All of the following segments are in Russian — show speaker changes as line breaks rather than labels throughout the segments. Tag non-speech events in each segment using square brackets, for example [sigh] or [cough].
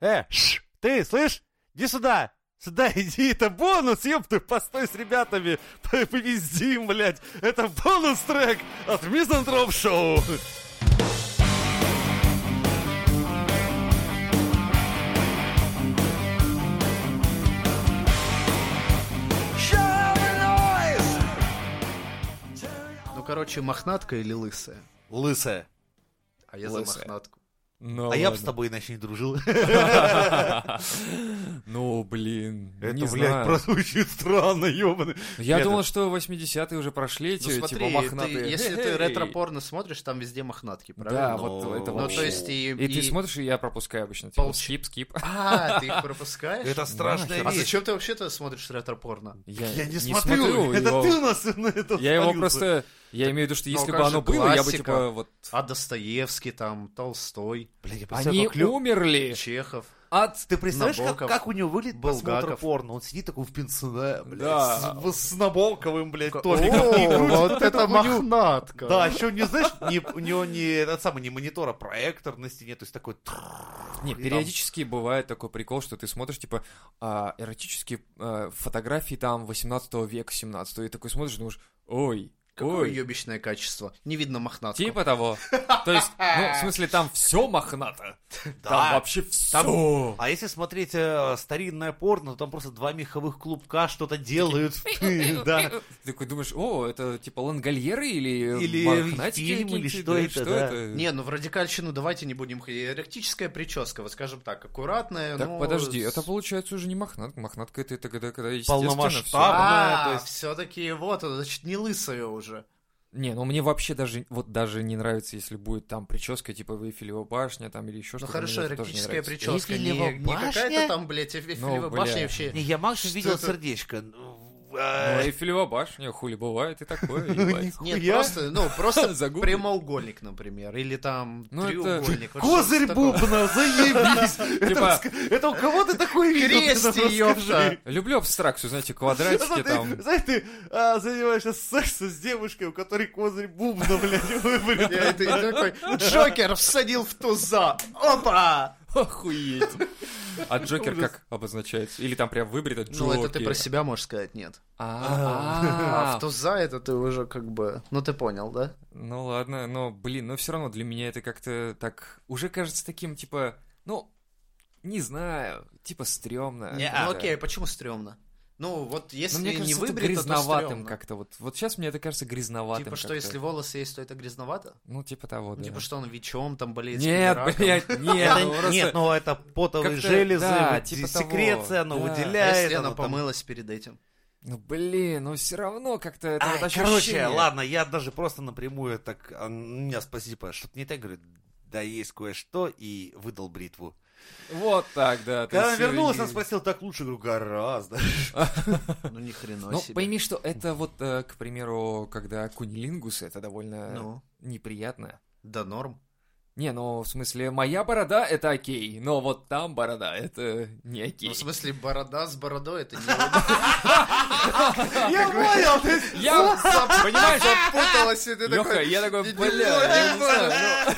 Э, шш, ты, слышь? Иди сюда! Сюда [laughs] иди, это бонус, ёпты, постой с ребятами, [laughs] повезди им, блядь. Это бонус-трек от Мизантроп Шоу.
Ну, короче, мохнатка или лысая?
Лысая.
А я за
Лысая.
мохнатку.
Ну,
А я бы
ладно.
с тобой иначе не дружил. [laughs]
[laughs] Ну, блин,
Это,
не
блядь,
знаю.
прозвучит странно, ёбаный.
Я
Нет,
думал, что 80-е уже прошли,
Ну
эти
смотри,
типа мохнатые.
ты- если ты
Эй.
ретро-порно смотришь, там везде мохнатки,
Да,
правильно?
вот
Ну,
это
ну,
вообще.
то есть и...
И
и-
ты смотришь, и я пропускаю обычно. Типа,
Получ-
скип, скип. [laughs]
А, ты их пропускаешь?
Это страшная
А
вещь.
зачем ты вообще-то смотришь ретро-порно?
Я не смотрю. Это
его.
ты у нас на это
Я его
спалился.
просто... Я имею в виду, что
Ну,
если
как
бы
же
оно было, я бы,
классика.
типа, вот...
А Достоевский там, Толстой,
Блядь, я представляю,
Они
как Лё-
умерли
Чехов.
от...
Ты представляешь, как,
Набоков,
как у него выглядит просмотр
Булгаков.
порно? Он сидит такой в пенсине, блядь,
Да.
с, с наболковым, блядь,
О,
топиком. И крутит
вот
вот
это
эту хуйню.
мохнатка.
Да, еще не знаешь, не, у него не этот самый не монитор, а проектор на стене, то есть такой.
Не,
там-
периодически бывает такой прикол, что ты смотришь, типа, а, эротические а, фотографии там 18 века, 17 и такой смотришь, думаешь, ой,
Какое
ой.
ёбищное качество. Не видно мохнатку.
Типа того. То есть, ну,
[laughs]
в смысле, там все мохнато. Там вообще все.
А если смотреть э, старинное порно, то там просто два меховых клубка что-то делают, да.
Ты такой думаешь, о, это типа лангольеры или
Или
мохнатики
фильм, или
какие-то,
что
да,
это, да.
Не, ну в радикальщину давайте не будем ходить. Эректическая прическа, вот скажем так, аккуратная.
Так,
ну,
подожди,
с-
это получается уже не мохнатка. Мохнатка это это когда, когда
Полномасштаб.
всё.
Равная, то
А,
есть-
все-таки вот, оно, значит, не лысая уже.
Не, ну мне вообще даже, вот даже не нравится, если будет там прическа типа Эйфелева башня там или еще
Ну
что-то.
хорошо,
мне это тоже не
эротическая
нравится.
прическа. Не,
Эйфелева
не
башня?
какая-то там, блядь, Эйфелева
Ну,
башня
бля.
Не,
вообще.
Я Макс
Что
видел
это?
сердечко. Ну,
Ну,
э,
Эйфелева башня, хули бывает
[laughs]
и такое,
Ну,
ебать.
Нет,
Хуя?
просто, ну,
[laughs]
просто
Загугли.
прямоугольник, например, или там
Ну, это-
треугольник. вот
Козырь
что-то такое.
бубна, заебись!
Типа-
Это раск- Это у кого ты такой видел? Ты
Крести,
нам расскажи.
ёпта.
Люблю абстракцию, знаете,
[laughs]
Ты,
квадратики там.
Знаешь, ты а, занимаешься сексом с девушкой, у которой козырь бубна, блядь, [laughs] выбрит.
Я- и ты такой, Джокер всадил в туза. Опа!
Охуеть. А Джокер как обозначается? Или там прям выбрит этот
Ну,
Джокер.
это ты про себя можешь сказать, нет. А
А,
в туза это ты уже как бы... Ну, ты понял, да?
Ну ладно, но, блин, но все равно для меня это как-то так... Уже кажется таким, типа, ну, не знаю, типа стрёмно.
Ну, окей, почему стрёмно? Ну, вот
Ну,
если
мне
не
кажется, это
выбрито, то
грязноватым
стрёмно.
как-то. Вот, вот сейчас мне это кажется грязноватым.
Типа, что
как-то.
если волосы есть, то это грязновато?
Ну, типа того, да.
Типа, что он ВИЧом там болеет?
Нет,
спидораком?
блядь, нет. ну,
Это,
просто-
нет, ну это потовые
как-то-
железы,
да,
вот
типа
секреция,
того,
оно
да.
А
выделяет.
если она
оно там-
помылась перед этим?
Ну, блин, ну все равно как-то это
Ай,
вот ощущение.
короче, ладно, я даже просто напрямую так, а, меня спасибо, что-то не так, говорю, да есть кое-что, и выдал бритву.
Вот так, да. то
Когда она
есть,
вернулась,
и-
она спросила, так лучше, говорю,
[laughs]
гораздо.
Ну, ни хрена
Ну,
себе.
пойми, что это вот, э, к примеру, когда кунилингус, это довольно
Ну,
неприятно.
да норм.
Не, ну, в смысле, моя борода — это окей, но вот там борода — это не окей.
Ну, в смысле, борода с бородой, это
[laughs]
не...
Я понял, ты
Я, понимаешь,
Запуталась, и [laughs] ты
Лёха,
такой...
я такой,
«Не
бля,
понимаю,
я
не
не знаю,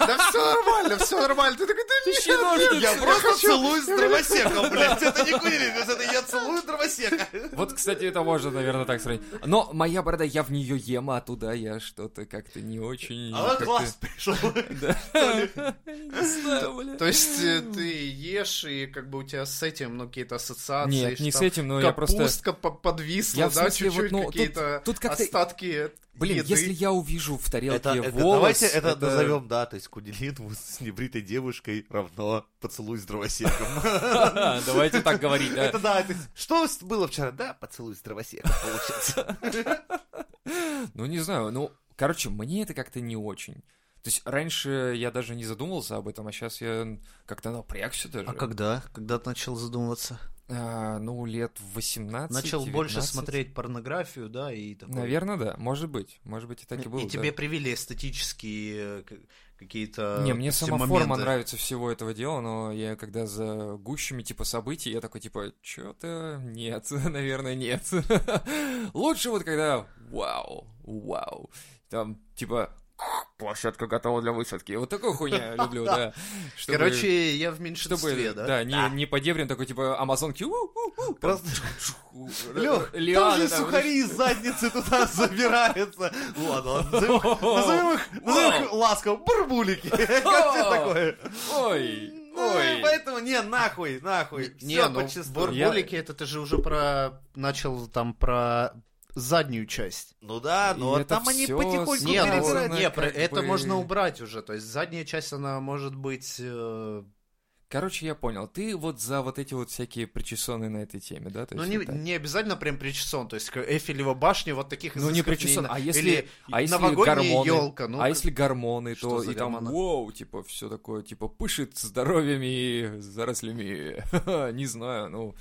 «А, Да все нормально, все нормально. Ты такой, да
ну,
нет,
тащи ножницы, [laughs]
я
я
просто
хочу».
целуюсь
[laughs]
с дровосеком, блядь, это не кунилингус, это я целую дровосека.
Вот, кстати, это можно, наверное, так сравнить. Но моя борода, я в нее ем, а туда я что-то как-то не очень...
А он
как-то-
глаз пришел.
Да. [laughs] Не знаю, бля.
[laughs] То есть э, ты ешь, и как бы у тебя с этим, ну, какие-то ассоциации.
Нет, не
что
с этим, но
там
я просто...
Капустка по- подвисла,
Я в
да,
смысле, вот,
чуть-чуть
ну, тут-
какие-то
тут как-то-
остатки
Блин,
еды.
если я увижу в тарелке
Это, это-
волос...
давайте это,
[laughs]
назовем, да, то есть кунилингус с небритой девушкой равно поцелуй с дровосеком.
Давайте так говорить, да.
Это да, то есть, что с- было вчера? Да, поцелуй с дровосеком получается.
Ну, не знаю, ну, короче, мне это как-то не очень. То есть раньше я даже не задумывался об этом, а сейчас я как-то напрягся даже.
А когда? Когда ты начал задумываться?
А, ну, лет в 18
Начал больше
19.
смотреть порнографию, да, и такой...
Наверное, да, может быть. Может быть, и так и
И
было. да.
тебе привили эстетические э, к- какие-то
Не, мне
эти
сама форма
э, моменты.
нравится всего этого дела, но я когда за гущами типа событий, я такой типа, что-то нет, [laughs] наверное, нет. Лучше вот когда вау, вау. Там типа площадка готова для высадки. Вот такую хуйню я люблю, да. Чтобы-
Короче, я в меньшинстве,
чтобы,
да?
да, не, не по дебрям, такой, типа, амазонки, у-у-у, там, [laughs]
Просто-
шу-шу,
Лёх, там
лианы
же
там,
сухари из задницы туда забираются. Ладно, ладно, назовем их- назовем их, назовем их ласково, бурбулики. [laughs] Как тебе такое?
Ой,
Ну, и
ой.
Поэтому не, нахуй, нахуй.
Не,
Все
ну,
почистую.
бурбулики, это ты же уже про... Начал там про заднюю часть.
Ну да,
И
но вот
это
там они
всё
потихоньку
Ну,
Не, ну,
перебирают.
она
не, про-
как
это
бы-
можно убрать уже. То есть задняя часть, она может быть... э,
Короче, я понял, ты вот за вот эти вот всякие причесанные на этой теме, да? То
Ну,
есть
не,
это-
не обязательно прям причесон. То есть к- Эфелева башня вот таких
Ну, не
изысков
причесон,
на-
а если-
Или
а если
новогодняя
гормоны?
елка. Ну,
а если гормоны,
что
то
за
и там,
гормоны?
воу, типа, все такое, типа, пышет здоровьем и зарослями, [laughs] не знаю, ну,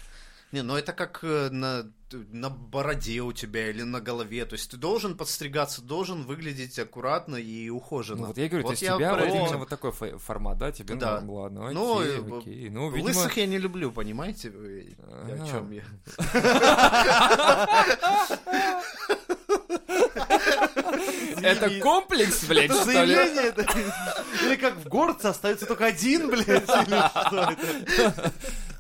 Не, ну это как э, на, на бороде у тебя или на голове. То есть ты должен подстригаться, должен выглядеть аккуратно и ухоженно.
ну вот я и говорю,
Вот
то есть
я
тебя
про
вот
это.
именно вот такой фо- формат, да, тебе,
Да.
ну, ладно,
Ну,
окей,
э,
окей, ну, видимо...
[laughs] Лысых я не люблю, понимаете? Э,
А.
О
[laughs]
чем я?
Это комплекс,
[laughs]
блядь,
Это
что ли?
заявление? это? Или как в горце остается только один, блядь, или что это?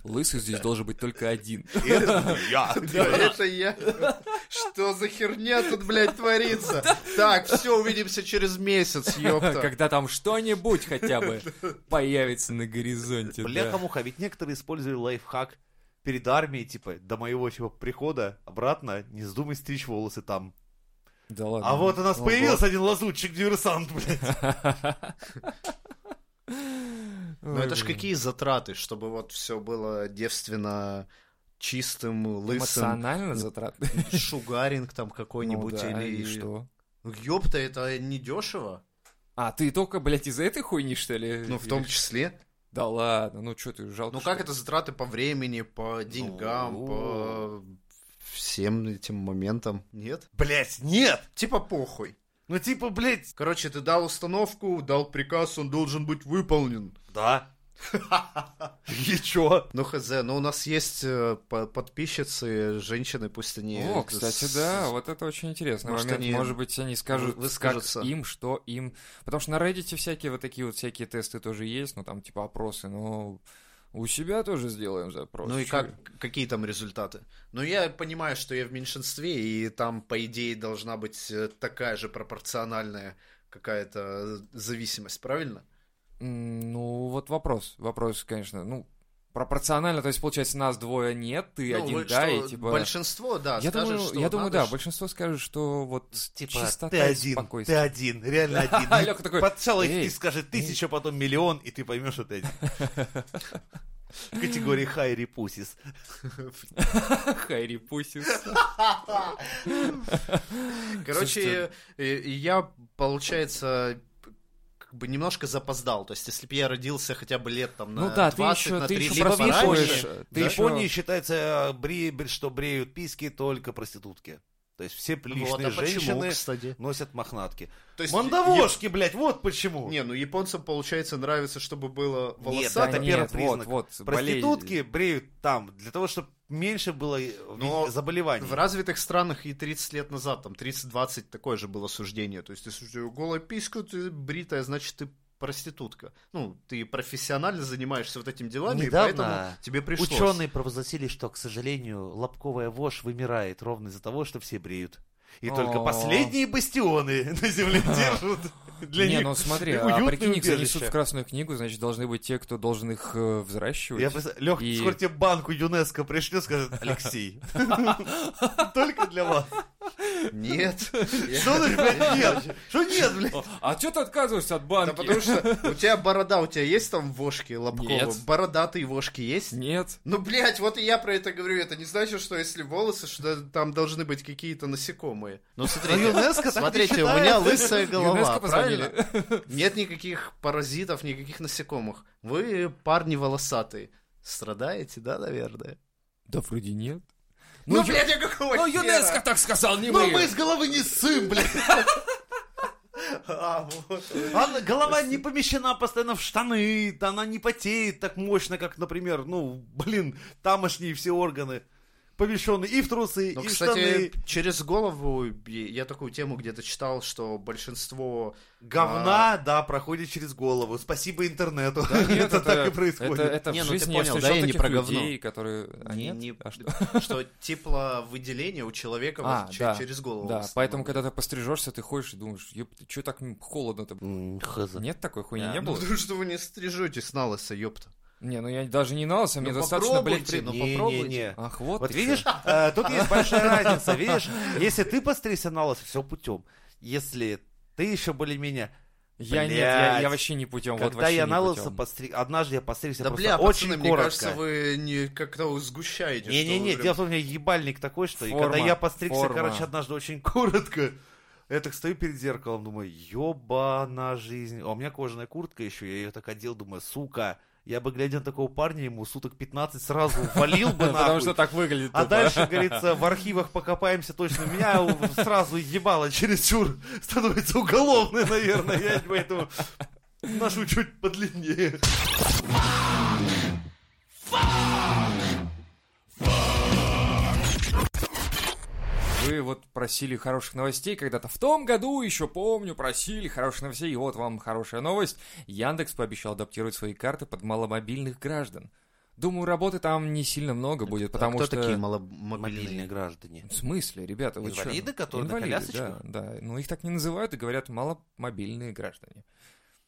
Лысый здесь должен быть только
[laughs]
один.
Да, это я. [laughs] Что за херня тут, блядь,
[laughs]
творится? Так, все, увидимся через месяц, ёпта.
Когда там что-нибудь хотя
[laughs]
бы появится на горизонте. да.
Бляха-муха, ведь некоторые использовали лайфхак перед армией, типа, до моего чего прихода обратно, не вздумай стричь волосы там.
Да ладно. ну,
А вот у нас
Ого.
появился один лазутчик-диверсант, блядь.
Ну это ж какие затраты, чтобы вот все было девственно чистым, лысым.
Эмоционально затратно.
Шугаринг там какой-нибудь
Ну да,
или...
и что?
Ёпта, это не дешево.
А, ты только, блядь, из-за этой хуйни, что ли?
Ну, в том числе.
Да ладно, ну что ты, жалко.
Ну,
что
как
ли?
это затраты по времени, по деньгам,
Ну.
по всем этим моментам? Нет?
Блядь, нет!
Типа похуй.
Ну типа, блядь,
Короче, ты дал установку, дал приказ, он должен быть выполнен.
да. И чё?
[laughs] Ну, хз, но у нас есть э, по- подписчицы, женщины, пусть они... э,
О, кстати,
с-
да, вот это очень интересный
Может,
момент.
они
Может быть, они скажут, как
выскажутся.
им, что им. Потому что на Reddit всякие вот такие вот всякие тесты тоже есть, ну там типа опросы, но у себя тоже сделаем запрос.
Ну и
Чё?
как, какие там результаты? Ну я понимаю, что я в меньшинстве, и там, по идее, должна быть э, такая же пропорциональная какая-то э, зависимость, правильно?
М, Ну, вот вопрос. Вопрос, конечно, ну, пропорционально, то есть, получается, нас двое нет, ты
Ну,
один,
вы-
да,
что
и типа...
Большинство,
а,
да,
я
скажет,
думаю,
что
я думаю
надо
да,
ж-
большинство скажет, что вот
Типа,
чистота
ты
и
один, ты
спокойствие.
один, реально
[laughs]
один. Ну,
А Лёха такой,
Подсел их,
«Эй,
ты скажи тысяча, потом миллион, и ты поймешь, что ты один. В категории хай репусис.
Хайри
[laughs]
Пусис.
[laughs] Короче, э, э, я, получается, как бы немножко запоздал. То есть, если бы я родился хотя бы лет там на
Ну да, ты
20,
еще,
на
ты
30
еще
либо
просвечиваешь.
пораньше, В
ты ещё-
Японии считается, э, бри- бри- что бреют писки только проститутки. То есть все приличные
Вот, а почему,
женщины
кстати?
носят мохнатки.
То есть,
Мандавошки, блядь, вот почему.
я- Не, ну японцам, получается, нравится, чтобы было
Да
это
волосато.
первый
нет,
признак.
Вот, вот, болезнь.
Проститутки бреют там, для того, чтобы меньше было э,
Но
заболеваний.
В развитых странах и 30 лет назад, там 30-20 такое же было суждение. То есть, если у тебя голая писька, ты бритая, значит, ты проститутка. Ну, ты профессионально занимаешься вот этим делами, и
Недавно
поэтому тебе пришлось. [laughs]
Ученые провозгласили, что, к сожалению, лобковая вошь вымирает ровно из-за того, что все бреют. И только
О.
последние бастионы [laughs] на
[laughs]
земле держат для
не,
них. [laughs]
ну смотри,
и
а
уютное
прикинь, их занесут
убежище.
в Красную книгу, значит, должны быть те, кто должен их э, взращивать.
Я просто, Лех,
И-
скоро тебе банку ЮНЕСКО пришлет,
[laughs]
скажет, Алексей, только для вас.
Нет.
Что ты, блядь, нет? Что нет, блядь?
А что ты отказываешься от
Да
банки?
потому что у тебя борода, у тебя есть там вошки лобковые?
Нет.
Бородатые вошки есть?
Нет.
Ну, блядь, вот и я про это говорю. Это не значит, что если волосы, что там должны быть какие-то насекомые. Ну,
Ну, ЮНЕСКО так не
Смотрите, у
считает.
меня лысая голова,
ЮНЕСКО позвонили.
правильно? Нет никаких паразитов, никаких насекомых. Вы парни волосатые. Страдаете, да, наверное?
Да вроде нет.
Ну,
Ну, ю-
блядь, я какого
ну
хера?
ЮНЕСКО так сказал, не
Ну,
мы.
мы из головы не сым, блядь. А, вот.
Она- голова не помещена постоянно в штаны, она не потеет так мощно, как, например, ну, блин, тамошние все органы. помещенный и в трусы,
Ну,
и в штаны.
кстати, через голову я я такую тему где-то читал, что большинство...
Говна, да, проходит через голову. Спасибо интернету.
Да нет,
[laughs] это, так и происходит.
Это, это
Не,
в
ну ты
жизни
понял,
я
да,
встречал
я не
таких
про говно.
людей, которые... А
Не-
нет?
не-
А что?
[laughs] что тепловыделение у человека вот
А,
че-
да,
через голову.
Да,
в основном.
поэтому, когда ты пострижешься, ты ходишь и думаешь, еб, ты чё так м, холодно-то? Нет такой хуйни,
Да.
не
Ну,
было?
Потому что вы не стрижетесь на лысо, ёпта.
[laughs] Не, ну я даже не нался, мне
Ну,
достаточно, блядь,
попробуйте,
при-
ну,
Не, не,
попробуйте.
не.
Ах, вот
Вот
ты
[laughs] видишь,
чё.
э, тут есть большая разница, видишь? Если ты постригся на лысо, все путем. Если ты еще более-менее...
Я нет, я, я
Блядь.
вообще не путем. вот
Когда
вообще
я
не
на
путём.
лысо
[laughs]
постриг... Однажды я постригся
Да
просто
бля,
очень
пацаны, мне
коротко.
кажется, вы не как-то вы сгущаете.
Не-не-не,
что вы
дело в том, у меня ебальник такой, что и
Форма,
когда я постригся,
форма.
короче, однажды очень [laughs] коротко, я так стою перед зеркалом, думаю, ебана жизнь. А у меня кожаная куртка еще, я ее так одел, думаю, сука, я бы, глядя на такого парня, ему суток 15 сразу валил бы
[laughs] Потому что
нахуй.
так выглядит.
А
тупо.
дальше, говорится, в архивах покопаемся точно. Меня у- сразу ебало чересчур. Становится уголовной, наверное. Я поэтому ношу чуть подлиннее.
Вы вот просили хороших новостей когда-то. В том году, еще помню, просили хороших новостей. И вот вам хорошая новость. Яндекс пообещал адаптировать свои карты под маломобильных граждан. Думаю, работы там не сильно много будет, потому
А кто
что...
такие маломобильные?
граждане.
В смысле, ребята, вы чё?
Инвалиды, которые на
Инвалиды,
колясочках?
Да, да. Ну, их так не называют и говорят маломобильные граждане.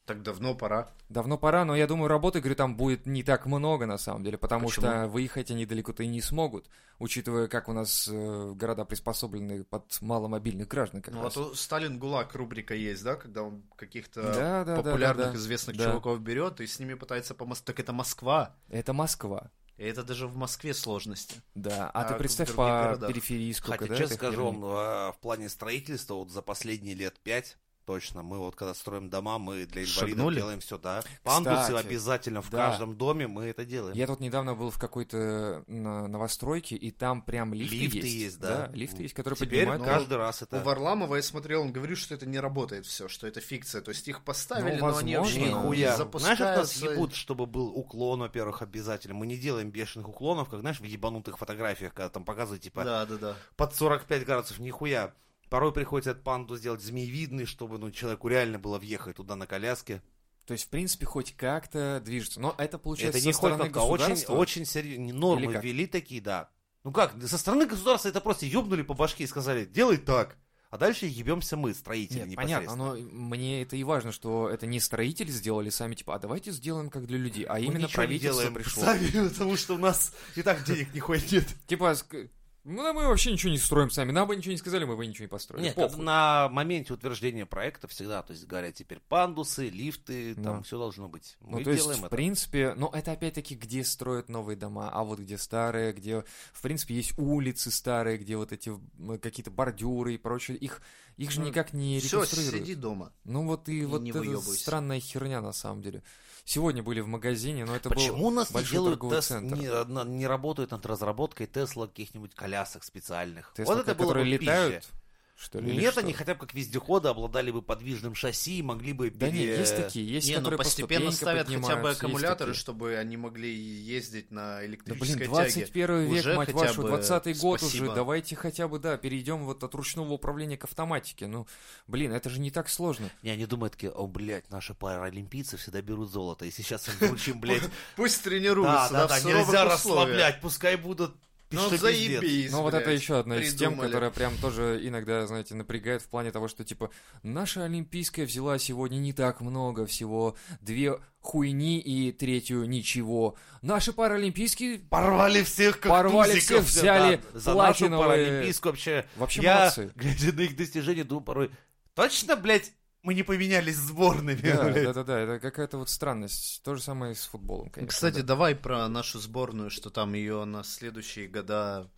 Так давно пора.
Давно пора, но я думаю, работы, говорю, там будет не так много на самом деле, потому
Почему?
что выехать они далеко-то и не смогут, учитывая, как у нас э, города приспособлены под маломобильных граждан как
ну,
раз.
а то Сталин ГУЛАГ рубрика есть, да, когда он каких-то
Да, да, да,
э, популярных,
да, да.
известных
Да.
чуваков берет и с ними пытается помочь. Так это Москва.
Это Москва.
И это даже в Москве сложности.
Да, а,
А
ты представь
в других
по
городах?
периферии сколько,
Хотя,
да,
честно
этой
скажу
херни?
вам, э, в плане строительства вот за последние лет пять точно, мы вот когда строим дома, мы для инвалидов
Шагнули?
делаем все, да. Пандусы
Кстати,
обязательно в
да.
каждом доме мы это делаем.
Я тут недавно был в какой-то на- новостройке, и там прям лифты,
Лифты
есть.
есть, да.
лифты
М.
есть, которые
Теперь
поднимают.
ну,
каждый раз это...
У Варламова я смотрел, он говорит, что это не работает все, что это фикция. То есть их поставили,
Ну,
но они
возможно.
вообще не
Нихуя. Знаешь, как нас
запускаются.
ебут, чтобы был уклон, во-первых, обязательно. Мы не делаем бешеных уклонов, как, знаешь, в ебанутых фотографиях, когда там показывают, типа,
Да, да, да.
под 45 градусов, нихуя. Порой приходится этот панду сделать змеевидный, чтобы ну, человеку реально было въехать туда на коляске.
То есть, в принципе, хоть как-то движется. Но это получается
это не
со стороны
хоть а очень,
государства.
очень серьезно. Нормы
Или как?
ввели такие, да. Ну как, со стороны государства это просто ебнули по башке и сказали, делай так. А дальше ебемся мы, строители,
Нет, понятно,
непосредственно.
но мне это и важно, что это не строители сделали сами, типа, а давайте сделаем как для людей, а
Мы
именно
ничего не
правительство
делаем
пришло.
сами, потому что у нас и так денег не хватит.
Типа, ск- ну да мы вообще ничего не строим сами, нам бы ничего не сказали, мы бы ничего не построили.
[laughs] Нет,
Похуй.
на моменте утверждения проекта всегда, то есть говорят теперь пандусы, лифты,
Да.
там все должно быть. Мы
ну, то есть,
делаем
в
это.
принципе, ну, это опять-таки, где строят новые дома, а вот где старые, где, в принципе, есть улицы старые, где вот эти м, какие-то бордюры и прочее, их, их же
Ну,
никак не
Все,
реконструируют.
сиди дома.
Ну, вот и
и
вот
не
эта
выёбывайся.
странная херня, на самом деле. Сегодня были в магазине, но это был...
Почему у нас не
большой
делают
торговый
тест,
центр.
не, на- не работают над разработкой Тесла каких-нибудь колясок специальных?
Тесла,
вот это было
которые
бы пизже.
летают, что ли? или
Нет,
что?
они хотя бы как вездеходы обладали бы подвижным шасси и могли бы...
Да
пере-
нет, есть такие, есть
не, ну
которые
постепенно
поступенько
ставят хотя бы
поднимаются, есть
аккумуляторы,
такие.
чтобы они могли ездить на
Да блин,
электрической тяге.
21 век,
Уже
мать
хотя
вашу,
бы
20 год уже,
спасибо.
давайте хотя бы, да, перейдем вот от ручного управления к автоматике. Ну, блин, это же не так сложно.
Не, они думают такие, о, блядь, наши паралимпийцы всегда берут золото, и сейчас им
[laughs]
вручим, блядь...
Пусть
Да,
тренируются,
да,
да,
да,
в суровых
нельзя
условиях.
расслаблять, пускай будут...
Ну
что пиздец.
заебись,
Но Ну, вот это
блядь,
еще одна из тем,
придумали.
которая прям тоже иногда, знаете, напрягает в плане того, что типа наша Олимпийская взяла сегодня не так много всего, две хуйни и третью ничего. Наши паралимпийские
Порвали всех, как
Порвали
тузиков,
всех, взяли
да. За нашу
платиновые.
паралимпийскую вообще.
вообще
Я,
молодцы.
глядя на их достижения, думаю порой, точно, блядь, мы не поменялись сборными,
[laughs]
Да,
блядь?»
да, да, да, это какая-то вот странность. То же самое и с футболом, конечно.
Кстати,
да.
давай про нашу сборную, что там ее на следующие года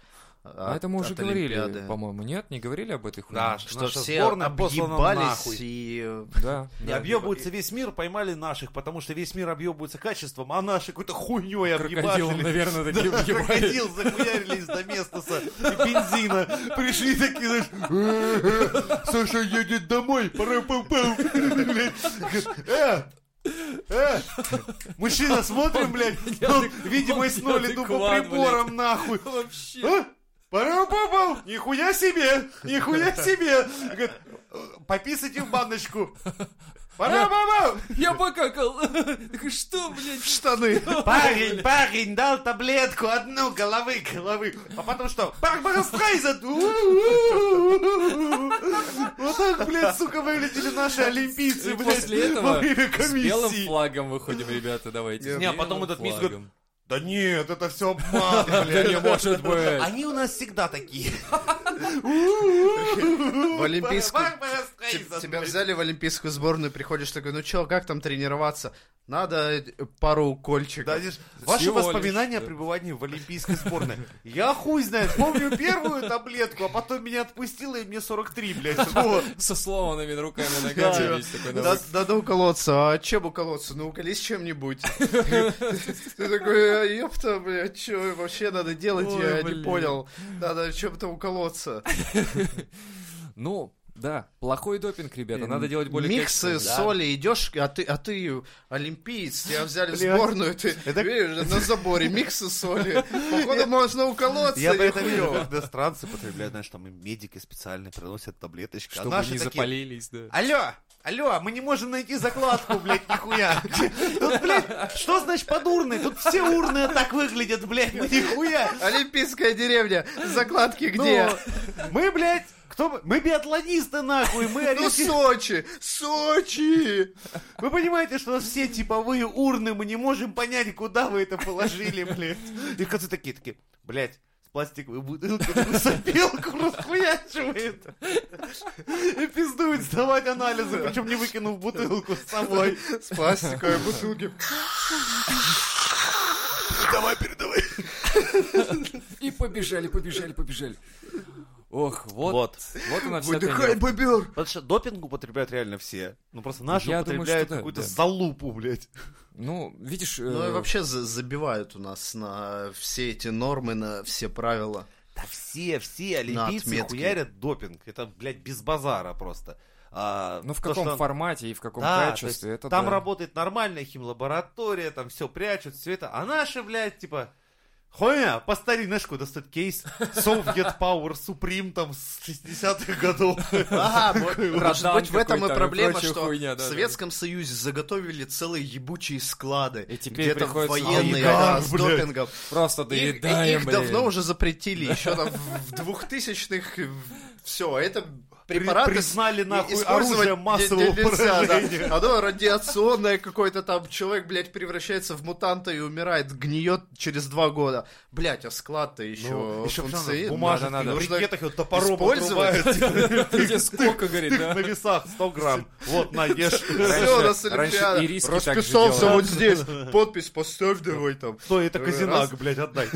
А
от-
это мы уже
от
говорили,
Олимпиады.
по-моему, нет? Не говорили об этой хуйне?
Да,
Что
Наша
все
сборная послана
объебались
нахуй.
и...
Да,
И
да.
объебывается весь мир, поймали наших, потому что весь мир объебывается качеством, а наши какой-то хуйней
Крокодилом,
объебашили.
наверное,
Да,
такие въебали.
крокодил захуярились до местоса и бензина. Пришли такие, знаешь, «Э, э, Саша едет домой, пора пам Э, э. Мужчина, смотрим, блядь, он, ну, видимо, с ноль иду по
неадекват,
приборам, нахуй.
Вообще.
А? Пару-пу-пу! Нихуя себе! Нихуя себе! Говорит, пописайте в баночку. Пару-пу-пу!
Я покакал. [laughs] Так Что, блядь?
В штаны.
Парень, парень, дал таблетку одну, головы, головы. А потом что? Барбара Стрейзанд! У-у-у-у-у. Вот так, блядь, сука, выглядели наши олимпийцы,
И
блядь,
после
во
этого
время
с белым
комиссии.
флагом выходим, ребята, давайте. с
Не, а потом
белым
этот мисс говорит,
флагом.
Да нет, это все обман,
Да
блядь.
не может быть.
Они у нас всегда такие.
В олимпийскую...
Барбара
Те-
Стрейзанд,
[laughs] Тебя
блядь.
взяли в олимпийскую сборную, приходишь такой, ну чё, как там тренироваться? Надо э, пару
Да,
укольчиков.
Диш, ваши
Всего лишь,
воспоминания
да.
о пребывании в Олимпийской сборной. Я хуй знает, помню первую таблетку, а потом меня отпустило, и мне 43, блядь. Вот.
Со сломанными руками, ногами
[laughs] Да.
весь такой
Да-
навык.
Надо уколоться. А чем уколоться? Ну, уколись чем-нибудь. [laughs] Ты такой, а, ёпта, блядь, что вообще надо делать?
Ой,
Я не
блин.
понял. Надо чем-то уколоться.
Ну, да, плохой допинг, ребята, надо делать более
Миксы,
качественным.
соли, идешь, а ты, а ты олимпиец, тебя взяли в
Блядь.
сборную, ты
Это-
видишь, на заборе миксы, соли. Походу, можно уколоться.
Я бы
нихуя.
это видел, как иностранцы потребляют, знаешь, там им медики специально приносят таблеточки. а
чтобы
наши
не
такие,
запалились, да.
Алло, алло, мы не можем найти закладку, блядь, нихуя. Тут, блядь, что значит подурные? Тут все урные так выглядят, блядь, мы нихуя.
Олимпийская деревня, закладки
Ну,
где?
мы, блядь, кто бы- Мы биатлонисты, нахуй, мы
Ну,
ориентиры.
Сочи! Сочи!
Вы понимаете, что у нас все типовые урны, мы не можем понять, куда вы это положили, блядь. И концы такие, такие, блядь, с пластиковой бутылкой такую сопилку расхуячивает. И пиздует сдавать анализы, причем не выкинув бутылку с собой.
С [laughs] пластиковой бутылки.
Давай, передавай.
И побежали, побежали, побежали. Ох, вот, вот,
Вот.
она вся
Выдыхай,
тренировка.
бобер!
Потому что допинг употребляют реально все. Ну просто наши
Я думаю,
употребляют
что да,
какую-то
да.
залупу, блядь.
Ну, видишь, э,
Ну и вообще за- забивают у нас на все эти нормы, на все правила.
Да все, все олимпийцы
отметки.
хуярят допинг. Это, блядь, без базара просто. А,
ну в
то,
каком
что-
формате и в каком
Да, то есть
качестве, это
там
да.
работает нормальная химлаборатория, там все прячут, все это. А наши, блядь, типа, хуйня, по старинке, знаешь, куда стоит кейс Soviet Power Supreme там с 60-х годов.
[laughs]
Ага, вот, может
Родан
быть, в этом и
какой-то и
проблема,
прочая
что
хуйня,
в
да, да.
Советском Союзе заготовили целые ебучие склады.
И теперь
где-то
приходится
военные
доедать,
да, с
блядь.
допингом.
Просто
Их,
доедаем,
их
блин.
давно уже запретили, еще там в 2000-х все, это
При-
препараты с-
Признали нахуй
использовать
оружие
не-
массового
не- нельзя, да.
поражения.
Оно радиационное какое-то там, человек, блядь, превращается в мутанта и умирает, гниет через два года. Блядь, а склад-то еще
Ну, еще
функции-
бумажных
надо,
надо,
надо.
брикетах вот топором
Использовать.
отрубают.
Где сколько, говорит,
Тых
[laughs]
[laughs]
да?
на весах 100 грамм. Вот, на, ешь.
Всё, у нас
раньше
Олимпиада.
ириски так же
Расписался
делали.
вот здесь,
[laughs]
подпись поставь давай там.
Что это
Раз.
казинак, блядь, отдай.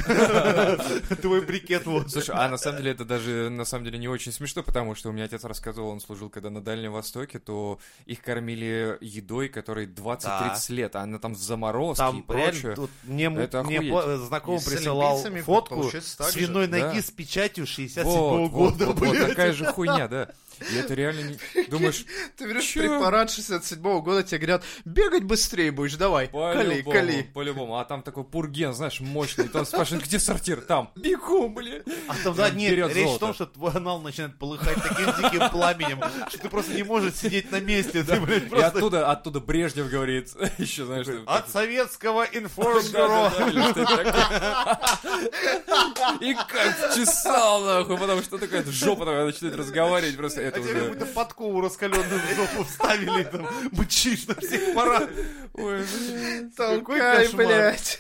Твой брикет вот.
Слушай, а на самом деле это даже на самом деле не очень смешно, потому что у меня отец рассказывал, он служил когда на Дальнем Востоке, то их кормили едой, которой 20-30 лет, а она там заморозки и
Там реально,
прочее.
тут мне, м-
Это
мне
охуеть.
по- знакомый
И с
присылал
олимпийцами
фотку
получается так же.
свиной
Да.
ноги с печатью 67
Вот, вот,
года,
вот, вот
блядь.
такая же хуйня, да. И это реально не... Думаешь,
Ты берешь
Чё?
препарат 67-го года, тебе говорят, бегать быстрее будешь, давай, кали,
по-любому,
кали.
по-любому. А там такой пурген, знаешь, мощный. Там спрашивают, где сортир? Там. Бегу, блин.
А там, да, нет,
Берет
речь
золото.
в том, что твой анал начинает полыхать таким диким пламенем, что ты просто не можешь сидеть на месте. Ты, блядь,
И
просто...
оттуда, оттуда Брежнев говорит. [laughs] Еще, знаешь, там-
От советского информбюро.
Да-да-да, или что-то такое. И как чесал, нахуй, потому что такая жопа такая начинает разговаривать, просто это
А тебе
уже...
какую-то подкову раскаленную в жопу вставили, там, мучишь на всех парах.
Ой, блин.
Какой
Толкай,
кошмар.
блядь.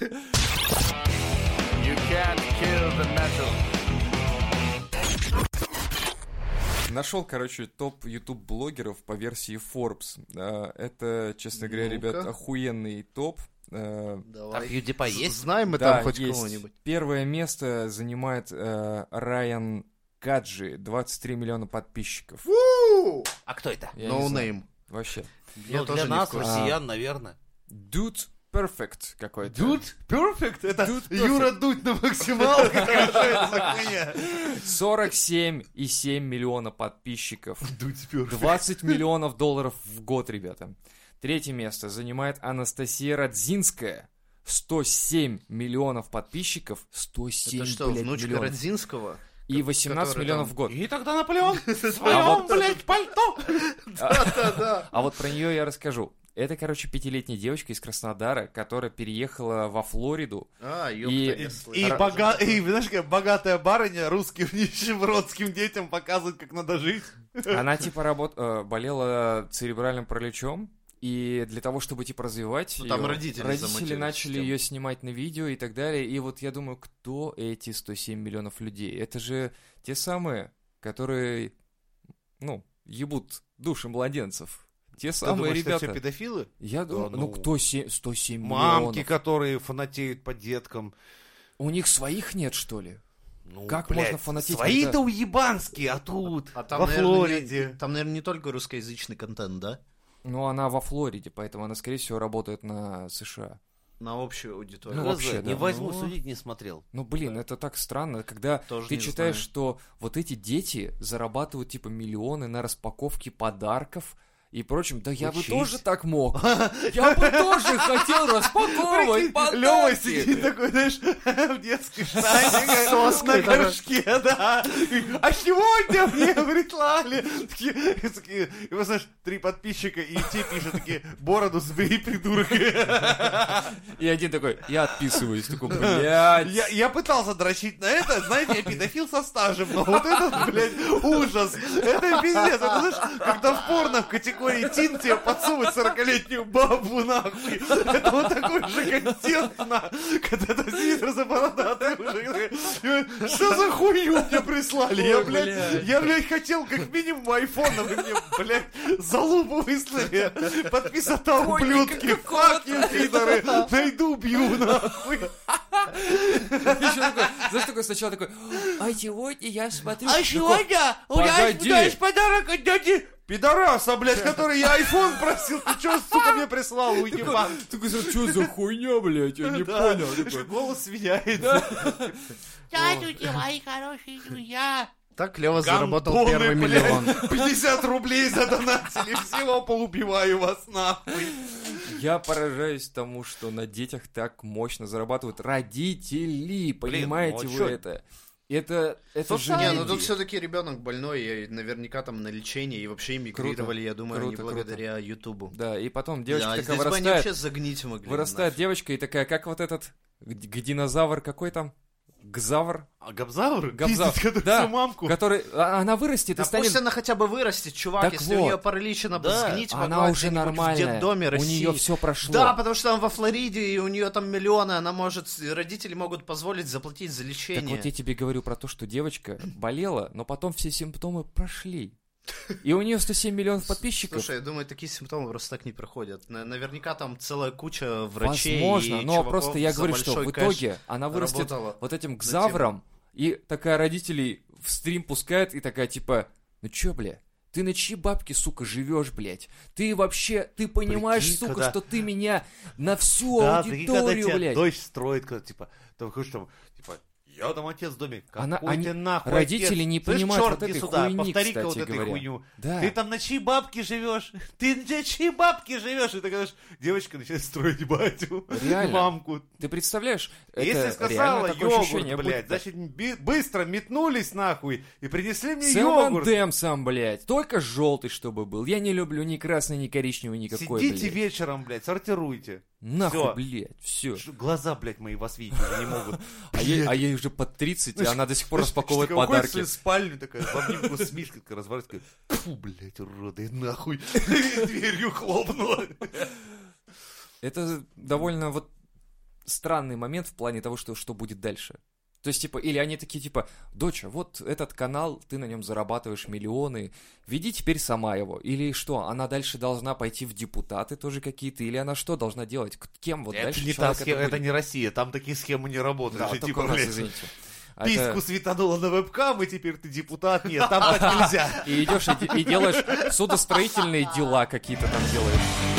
Нашел, короче, топ YouTube блогеров по версии Forbes. А, Это, честно говоря,
Ну-ка.
ребят, охуенный топ. А,
Давай.
Юдипа
Знаем мы
да,
там хоть
есть.
кого-нибудь.
Первое место занимает э, Райан Каджи, 23 миллиона подписчиков. Ну,
Фу!
А кто это?
Я не
No
знаю.
name.
Вообще.
Я тоже не в курсе. А,
россиян,
наверное.
Dude Perfect какой-то.
Дудь? Перфект? Это
Dude Perfect.
Юра Дудь на максималке. какая-то за хуйня.
47,7 миллиона подписчиков.
Дудь Перфект.
20 миллионов долларов в год, ребята. Третье место занимает Анастасия Радзинская. 107 миллионов подписчиков. 107,
Это что,
блядь,
внучка
миллионов.
Родзинского,
И 18
которые
миллионов
там-
в год.
И тогда Наполеон в
[laughs] А
своем,
вот-
блядь, пальто.
[laughs]
Да-да-да.
А вот про нее я расскажу. Это, короче, пятилетняя девочка из Краснодара, которая переехала во Флориду.
А,
И-
ёпта,
И,
слышал.
бога... и, знаешь, как богатая барыня русским [laughs] нищебродским детям показывает, как надо жить.
Она, типа, работ... э, болела церебральным параличом. И для того, чтобы, типа, развивать
Ну, там
её,
родители
родители
замотивировали
начали
систему.
ее снимать на видео и так далее. И вот я думаю, кто эти 107 миллионов людей? Это же те самые, которые, ну, ебут души младенцев. Те самые ребята.
все педофилы?
Я думаю, ну,
ну.
кто се- 107
Мамки,
миллионов?
которые фанатеют по деткам.
У них своих нет, что ли?
Ну,
Как
блядь,
можно фанатеть,
Свои-то
когда-
уебанские, а тут,
А там,
во
наверное,
Флориде.
не- Там, наверное, не только русскоязычный контент, да?
Ну, она во Флориде, поэтому она, скорее всего, работает на США.
На общую аудиторию.
Ну, вообще, да,
не возьму,
ну.
судить не смотрел.
Ну, блин, это так странно, когда
Тоже
ты
не
читаешь,
знаю.
что вот эти дети зарабатывают, типа, миллионы на распаковке подарков и прочим. Да я бы
Учись.
тоже
[laughs]
так мог. Я бы тоже хотел распаковывать
Лёва
подарки.
сидит такой, знаешь, [laughs] в детской штане, на горшке, да. А сегодня мне прислали. Такие, такие, и вот, знаешь, три подписчика, и те пишут такие, бороду сбери, придурок.
И один такой, я отписываюсь, такой, блядь.
Я, я пытался дрочить на это, знаете, я педофил со стажем, но вот этот, блядь, ужас. Это пиздец. Это, знаешь, когда в порно в категории тин тебе подсовывают 40-летнюю бабу, нахуй. Это вот такой же контент, на, когда ты сидишь за бородатой уже. и, Что за хую мне прислали? Я,
Ой,
блядь,
блядь.
я, блядь, хотел как минимум айфона, вы мне, блядь, залупу выслали. Подписота
Ой,
ублюдки,
какого-то.
фак you, пидоры. Найду, бью, нахуй.
Ещё такой, знаешь, такой сначала такой, а сегодня я смотрю...
А
такой,
у
меня есть- у меня есть
подарок от дяди Пидораса, [laughs] блядь, который я айфон просил. Ты чё, сука, мне прислал, уебан?
Такой, что за хуйня, блядь, я не
Да.
понял. такой.
Голос меняет.
Здравствуйте, мои хорошие друзья!
Так Лева заработал
Гандоны,
первый
блядь.
[laughs] миллион.
50 рублей задонатили, всего поубиваю вас нахуй.
Я поражаюсь тому, что на детях так мощно зарабатывают родители, понимаете
ну а
вы
чё?
это? Это, это же
Не,
люди.
ну тут все-таки ребенок больной, и наверняка там на лечении, и вообще эмигрировали, я думаю,
Круто,
они
круто.
благодаря Ютубу.
Да, и потом
Да,
девочка
а
такая
здесь бы они вообще
вырастает,
загнить могли.
вырастает девочка и такая, как вот этот г- г- динозавр какой там? Гзавр,
А Габзавр?
Габзавр,
Пиздец, который
да.
всю мамку.
который... а- Она вырастет
Да
и станет...
пусть она хотя бы вырастет, чувак,
Так
если у
вот.
нее паралич, она бы
Да.
сгнить могла
Она уже
где-нибудь в
нормальная,
детдоме
у
России.
нее все прошло.
Да, потому что она во Флориде, и у нее там миллионы, она может, родители могут позволить заплатить за лечение.
Так вот типа. я тебе говорю про то, что девочка болела, но потом все симптомы прошли. И у нее 107 миллионов подписчиков.
Слушай, я думаю, такие симптомы просто так не проходят. На- Наверняка там целая куча врачей
Возможно,
и
но
чуваков
просто я
за
говорю, что
большой
в
кэш
итоге она вырастет
работала.
вот этим гзавром, и такая родителей в стрим пускает, и такая типа, ну чё, бля, ты на чьи бабки, сука, живешь, блядь? Ты вообще, ты понимаешь,
Прикинь,
сука,
когда-
что ты меня на всю
Да, прикинь, когда
аудиторию,
тебя
блядь.
дочь строит, когда, типа, там, хочешь, там, типа, я там отец в доме. Какой
Она-
ты
они-
нахуй
родители
отец?
не
Слышь,
понимают
чёрт,
вот
иди
этой
сюда,
хуйни,
повтори-ка вот
кстати
эту
говоря.
хуйню.
Да.
Ты там на чьи бабки живешь? Ты на чьи бабки живешь? И ты говоришь, девочка начинает строить батю,
Реально.
мамку.
Ты представляешь?
Если
это
сказала
реально такое
йогурт,
ощущение будет,
блядь,
да.
значит, би- быстро метнулись нахуй и принесли мне
С
йогурт.
M&M's'ом, блядь. Только желтый, чтобы был. Я не люблю ни красный, ни коричневый, никакой,
Сидите
блядь.
вечером, блядь, сортируйте.
Нахуй,
Всё.
блядь, все.
Ш- Глаза, блядь, мои вас видеть уже не могут.
[laughs] А ей, а ей уже под 30,
Ну,
и она до сих пор распаковывает
Такая уходит в
подарки.
свою спальню, такая, в обнимку с Мишкой, такая разворачивается, такая, фу, блядь, уроды,
[laughs]
нахуй, И дверью хлопнула.
Это довольно вот странный момент в плане того, что, что будет дальше. То есть, типа, или они такие, типа, доча, вот этот канал, ты на нем зарабатываешь миллионы, веди теперь сама его. Или что, она дальше должна пойти в депутаты тоже какие-то, или она что должна делать? К- Кем вот
Это
дальше
не та
человек это
схема, это
будет?
не Россия, там такие схемы не работают.
Да,
Ты
только
типа,
у нас,
блядь,
извините. А это-
Письку светанула на вебкам, и теперь ты депутат.
[laughs]
Нет, там так нельзя.
И идешь и, де- и делаешь судостроительные дела какие-то там делаешь.